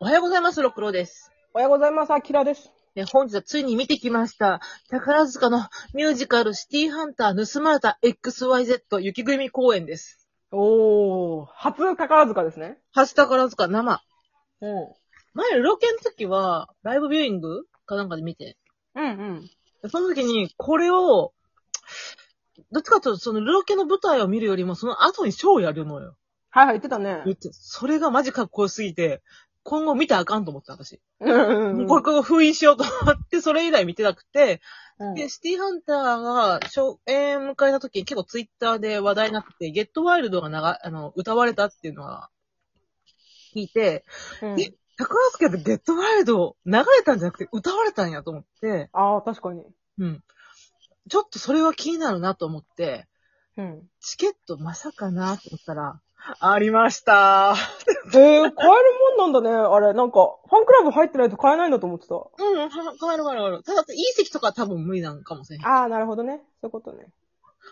おはようございます、ろくろです。おはようございます。アキラです。ね、本日はついに見てきました。宝塚のミュージカルシティハンター盗まれた XYZ 雪組公演です。おー、初宝塚ですね。初宝塚生。うん。前、ロケの時は、ライブビューイングかなんかで見て。うんうん。その時に、これを、どっちかというと、そのルロケの舞台を見るよりも、その後にショーをやるのよ。はいはい、言ってたね言。って、それがマジかっこよすぎて、今後見たらあかんと思った、私。うんうんもうこれ、これ封印しようと思って、それ以来見てなくて、うんで、シティハンターが初演迎えた時に結構ツイッターで話題になって、ゲットワイルドがながあの歌われたっていうのは聞いて、うんえ宝塚でゲットワイルド流れたんじゃなくて歌われたんやと思って、あー、確かに。うん。ちょっとそれは気になるなと思って、うん。チケットまさかなと思ったら、ありました。えー、買えるもんなんだね。あれ、なんか、ファンクラブ入ってないと買えないんだと思ってた。うん、は帰る帰る帰る。ただ、いい席とかは多分無理なんかもしれん。あー、なるほどね。そういうことね。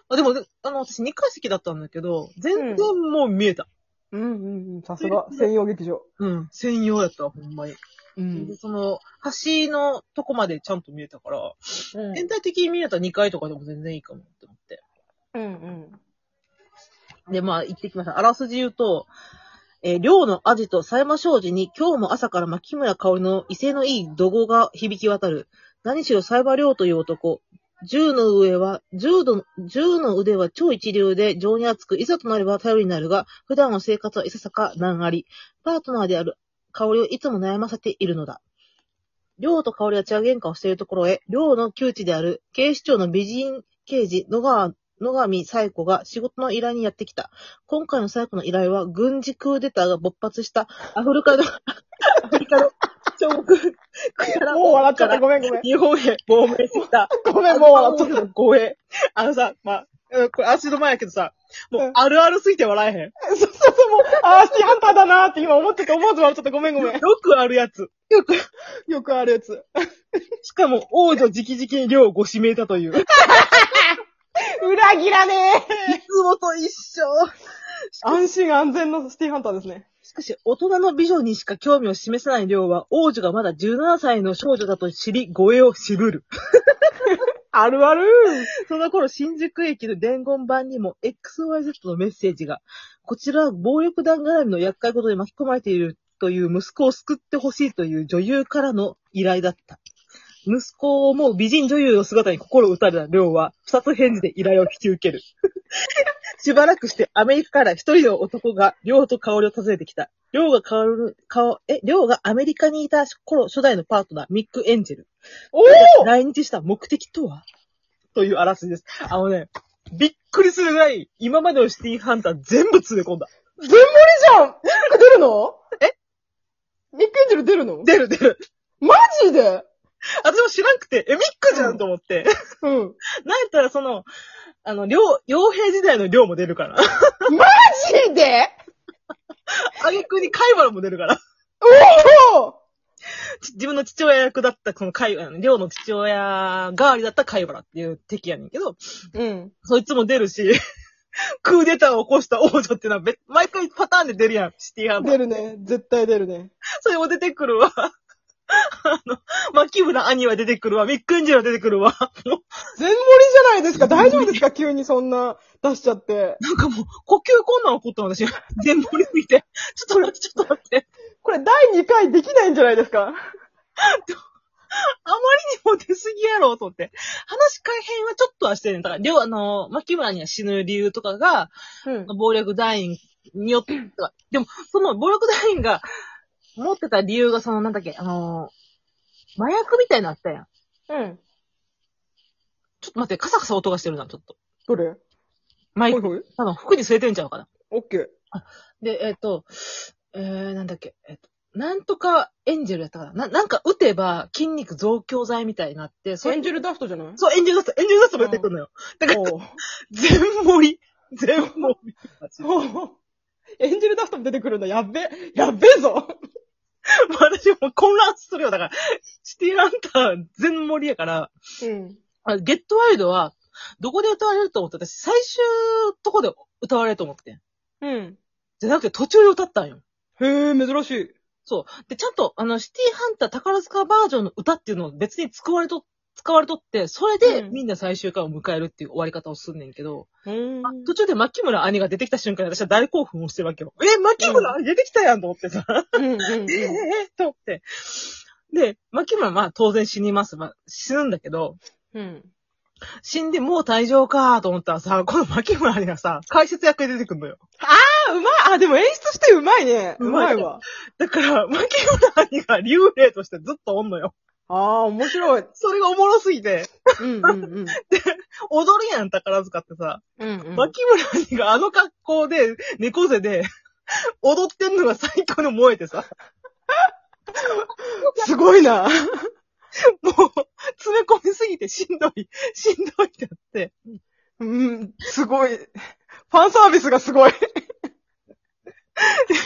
あでも、あの、私2階席だったんだけど、全然もう見えた。うんうんうん。さすが、専用劇場。うん、専用やったわ、ほんまに。うで、。その、橋のとこまでちゃんと見えたから、うん全体的に見えたら2階とかでも全然いいかもって思って。うん。で、まあ、行ってきました。あらすじ言うと、えー寮のアジト、狭山商事に今日も朝から牧村香織の威勢のいい怒号が響き渡る。何しろサイバー寮という男。銃の上は、銃の、銃の腕は超一流で情に厚く、いざとなれば頼りになるが、普段の生活はいささか難あり。パートナーである香織をいつも悩ませているのだ。寮と香織は茶喧嘩をしているところへ、寮の窮地である警視庁の美人刑事野川、野上冴子が仕事の依頼にやってきた。今回の冴子の依頼は、軍事クーデターが勃発したアフリカの、アフリカの超国、クヤラもう笑っちゃった。ごめんごめん。日本へ亡命してき た。 ごめん、もう笑っちゃっった。ごめん。あのさ、まあ、うんこれ足の前やけどさ、もうあるあるすぎて笑えへん。た。そうそうそう、もう、あー、シティハンターだなーって今思ってて思わず笑っちゃった。ごめんごめん。よくあるやつ。よく、よくあるやつ。しかも王女直々に寮をご指名たという。い裏切らねーつもと一緒。安心安全のシティハンターですね。しかし、大人の美女にしか興味を示さない寮は、王女がまだ17歳の少女だと知り、護衛を渋る。あるある その頃、新宿駅の伝言板にも XYZ のメッセージが、こちらは暴力団絡みの厄介事に巻き込まれているという息子を救ってほしいという女優からの依頼だった。息子を思う美人女優の姿に心を打たれた亮は、二つ返事で依頼を引き受ける。 しばらくしてアメリカから一人の男が亮と香りを訪ねてきた。亮が香る、香、え、亮がアメリカにいた頃初代のパートナー、ミック・エンジェル。おー 来日した目的とはというあらすじです。あのね、びっくりするぐらい、今までのシティハンター全部詰め込んだ。全盛りじゃんミック出るのえミックエンジェル出るの出る出る。マジで私も知らんくて、え、ミックじゃんと思って。うん。なんやったらその、あの、両、傭兵時代の両も出るから。マジであげくに貝原も出るから。おーち自分の父親役だった、その貝原、両の父親代わりだった貝原っていう敵やねんけど、うん。そいつも出るし、クーデターを起こした王女っていうのは別、毎回パターンで出るやん、シティハンター出るね。絶対出るね。それも出てくるわ。 あの、牧村兄は出てくるわ。ミックエンジェルは出てくるわ。 もう全盛りじゃないですか大丈夫ですか急にそんな出しちゃって。なんかもう、呼吸困難起こった私。 全盛りすぎて。 ちょっと待って、ちょっと待って。これ第2回できないんじゃないですかあまりにも出すぎやろ、と思って。話改変はちょっとはしてんねん。だから、両、あの、牧村には死ぬ理由とかが、うん。暴力団員によっては、でも、その暴力団員が持ってた理由が、その、なんだっけ、あの、麻薬みたいになのあったやん。うん。ちょっと待って、カサカサ音がしてるな、ちょっと。どれマイほいク、ほい多分服に据えてんちゃうかな。オッケー。で、えっ、と、えー、なんだっけ、えっ、と、なんとかエンジェルやったかな。な、なんか打てば筋肉増強剤みたいになって、それエンジェルダフトじゃないそう、エンジェルダスト、エンジェルダストも出てくるのよ。だから、おー全盛り。全盛り。おー エンジェルダフトも出てくるんだ。やっべ。やっべえぞ。私もう混乱するよ。だから、シティランター全盛りやから、うん。あゲットワイルドは、どこで歌われると思って、私最終とこで歌われると思ってん。うん。じゃなくて途中で歌ったんよ。へえ、珍しい。そう。で、ちゃんと、あの、シティハンター宝塚バージョンの歌っていうのを別に使われと、使われとって、それでうんみんな最終回を迎えるっていう終わり方をすんねんけど、うんあ途中で牧村兄が出てきた瞬間に私は大興奮をしてるわけよ。え、牧村兄出てきたやんと思ってさ、うんうん えええと思って。で、牧村はまあ当然死にます。まあ死ぬんだけど、うん。死んでもう退場かと思ったらさ、この牧村兄がさ、解説役で出てくんのよ。あ、うまいあ、でも演出してうまいね。うまいわ。だから、牧村兄が幽霊としてずっとおんのよ。ああ、面白い。それがおもろすぎて。うんうんうん。踊るやん、宝塚ってさ。うんうん牧村兄があの格好で、猫背で、踊ってんのが最高に燃えてさ、すごいな。もう、詰め込みすぎてしんどい、しんどいってなって。うん、すごい。ファンサービスがすごい。で、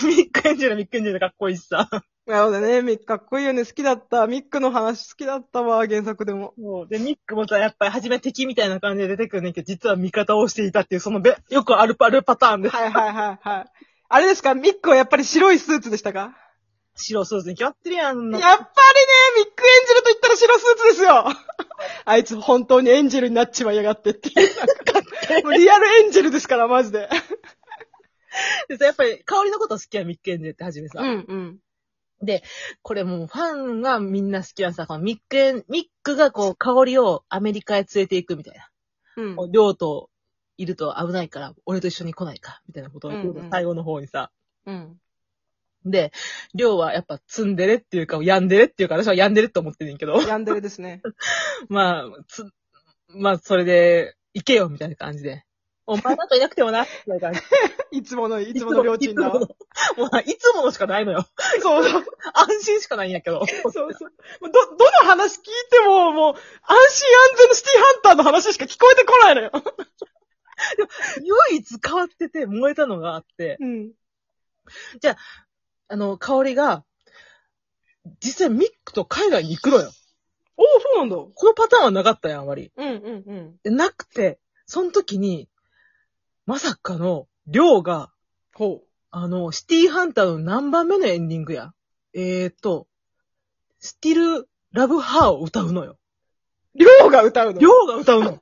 ミックエンジェル、ミックエンジェルかっこいいしさ。なるほどね。ミックかっこいいよね。好きだった。ミックの話好きだったわ、原作でも。そうで、ミックもさ、やっぱり初め敵みたいな感じで出てくるねんけど、実は味方をしていたっていう、そのべ、よくあるパルパターンで、はいはいはいはい。あれですかミックはやっぱり白いスーツでしたか白スーツに決まってるやん。やっぱりね、ミックエンジェルと言ったら白スーツです よあいつ本当にエンジェルになっちまいやがってっていう。もうリアルエンジェルですから、マジで。でさ、やっぱり、香りのこと好きやん、ミックエンジェルって初めさ。うん。これもうファンがみんな好きなさ、このミックエン、ミックがこう、香りをアメリカへ連れて行くみたいな。うんもう亮といると危ないから、俺と一緒に来ないか、みたいなことを言ううんうのん最後の方にさ。うん。で、亮はやっぱツンデレっていうか、ヤンデレっていうか、私はヤンデレって思ってんねんけど、 ヤンデレですね。まあ、つ、まあ、それで、行けよ、みたいな感じで。お前なんかいなくてもな、みたいな感じ。いつもの、 いつもの両親だいつもわ。の もういつものしかないのよ。 そうそう。安心しかないんやけど。 そうそう。もうど、どの話聞いても、もう、安心安全のシティハンターの話しか聞こえてこないのよ。唯一変わってて燃えたのがあって、うん。あの、香りが、実際ミックと海外に行くのよ。おお、そうなんだ。うこのパターンはなかったやん、あんまり。んうんうん。でなくて、その時に、まさかの、りょうが、ほあの、シティハンターの何番目のエンディングや。えーと、スティル・ラブ・ハーを歌うのよ。う。りょうが歌うの。りょうが歌うの。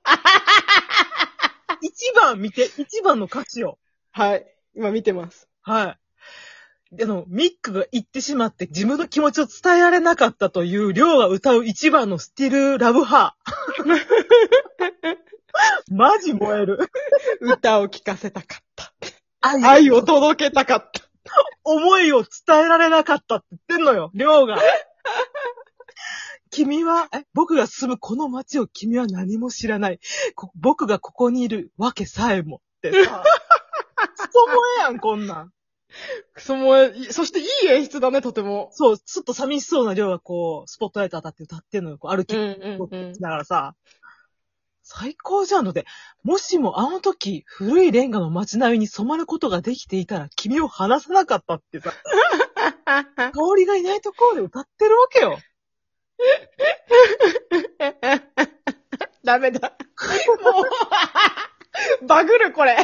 一番見て、一番の歌詞を。はい。今見て ます。はい。であの、ミックが行ってしまって自分の気持ちを伝えられなかったという、りょうが歌う一番のスティル・ラブ・ハ ー。マジ燃える。歌を聴かせたかった。愛愛を届けたかった。思いを伝えられなかったって言ってん のよ、りょうが。君は、え、僕が住むこの街を君は何も知らない。こ僕がここにいるわけさえも。って さ。クソ萌えやん、こんなん。クソもえ、いそしていい演出だね、とても。そう、ちょっと寂しそうなりょうがこう、スポットライト当たって歌ってんのよ、こう歩きんだからさ、最高じゃんので、もしもあの時、古いレンガの街並みに染まることができていたら、君を離さなかったって さ、香りがいないところで歌ってるわけよ。ダメだ。もう、 バグる、これ。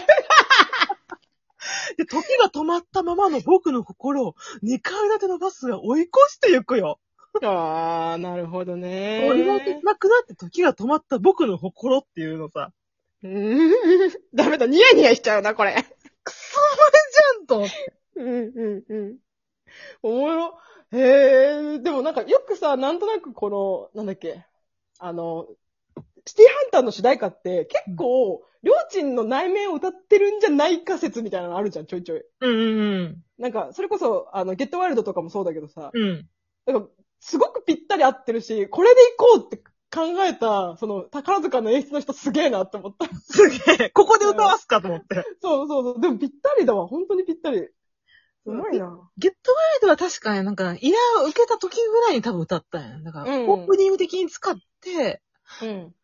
で、時が止まったままの僕の心を、2階建てのバスが追い越してゆくよ。あー、なるほどね俺がなくなって時が止まった僕の心っていうのさ、うんダメだ、ニヤニヤしちゃうな、これ。ちゃんと、うんうんうん。おもろ。へえ、でもなんかよくさ、なんとなくこの、なんだっけ、あの、シティハンターの主題歌って結構、りょうちんの内面を歌ってるんじゃないか説みたいなのあるじゃん、ちょいちょい。うんうんなんか、それこそ、あの、ゲットワイルドとかもそうだけどさ、うん。うん。なんか、すごくぴったり合ってるし、これでいこうって考えた、その、宝塚の演出の人すげえなって思った。 すげえ、ここで歌わすかと思って。そうそうそう、でもぴったりだわ、本当にぴったり。うまいな。ゲットワイルドは確かになんか、依頼を受けた時ぐらいに多分歌ったんや。だから、うんオープニング的に使って、うん。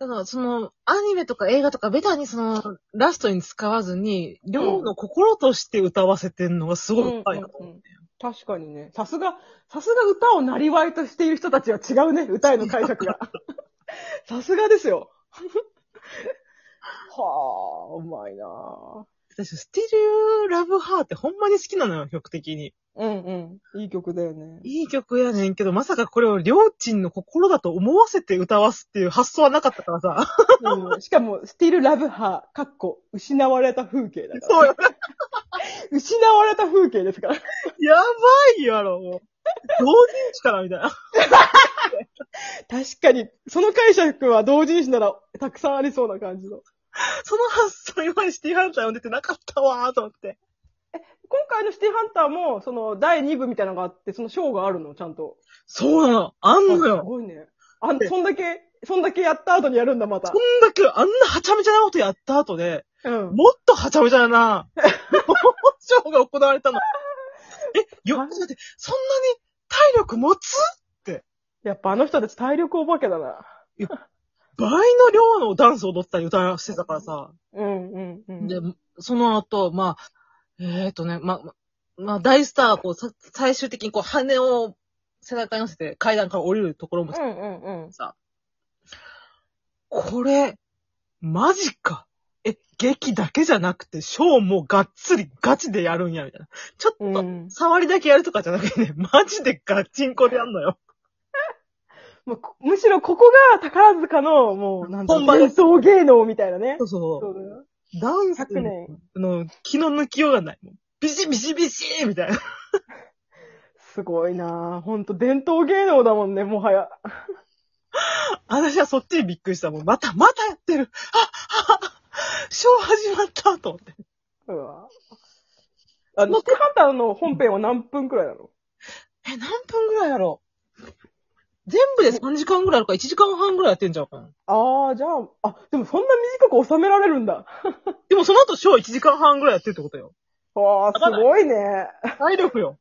だからその、アニメとか映画とかベタにその、ラストに使わずに、両の心として歌わせてんのがすごい深いなと思って。確かにね。さすが、さすが歌をなりわいとしている人たちは違うね、歌への解釈 が。さすがですよ。 はあ、うまいなぁ私、スティル・ラブ・ハーってほんまに好きなのよ、曲的に。うんうん。いい曲だよね。いい曲やねんけど、まさかこれをりょうちんの心だと思わせて歌わすっていう発想はなかったからさ。うんしかも、still love her、かっこ、失われた風景だ から。そうよ。失われた風景ですから。やばいやろ、もう。同人誌からみたいな。確かに、その解釈は同人誌なら、たくさんありそうな感じの。その発想今にシティハンター読んでてなかったわーと思って。今回のシティハンターも、その、第2部みたいなのがあって、その章があるの、ちゃんと。そうなの。あんのあすよ。ごいね。あん、そんだけ、そんだけやった後にやるんだ、またこ。んだけあんなはちゃめちゃなことやった後で、うん。もっとはちゃめちゃ な、ショーが行われたの。え、よ、待って、そんなに体力持つやっぱあの人たち体力お化けだな。倍の量のダンス踊ったり歌わせてたからさ。うんうんうん。で、その後、まあ、えっ、ー、とね、まあ、まあ、大スターはこう、さ最終的にこう、羽を背中に乗せて階段から降りるところもうんうんうん。さ、これ、マジか。え、劇だけじゃなくて、ショーもがっつりガチでやるんや、みたいな。ちょっうと、ん。触りだけやるとかじゃなくてね、 マジでガチンコでやんのよ。もうこむしろここが宝塚の、もう、なんだろ本う場伝統芸能みたいなねそ。うそそうだよ。う。ダンス100年。の気の抜きようがない。もうビシビシビシみたいな。すごいなぁ。ほんと、伝統芸能だもんね、もはや。私はそっちにびっくりした。もうまた、またやってるあああショー始まったと思って。うわあの、シティハンターの本編は何分くらいなのえ、何分ぐらいやろう全部で3時間ぐらいあるから1時間半ぐらいやってんじゃんかな。ああ、じゃあ、あ、でもそんな短く収められるんだ。でもその後ショー1時間半ぐらいやってるってことよ。わあ、すごいね。体力よ。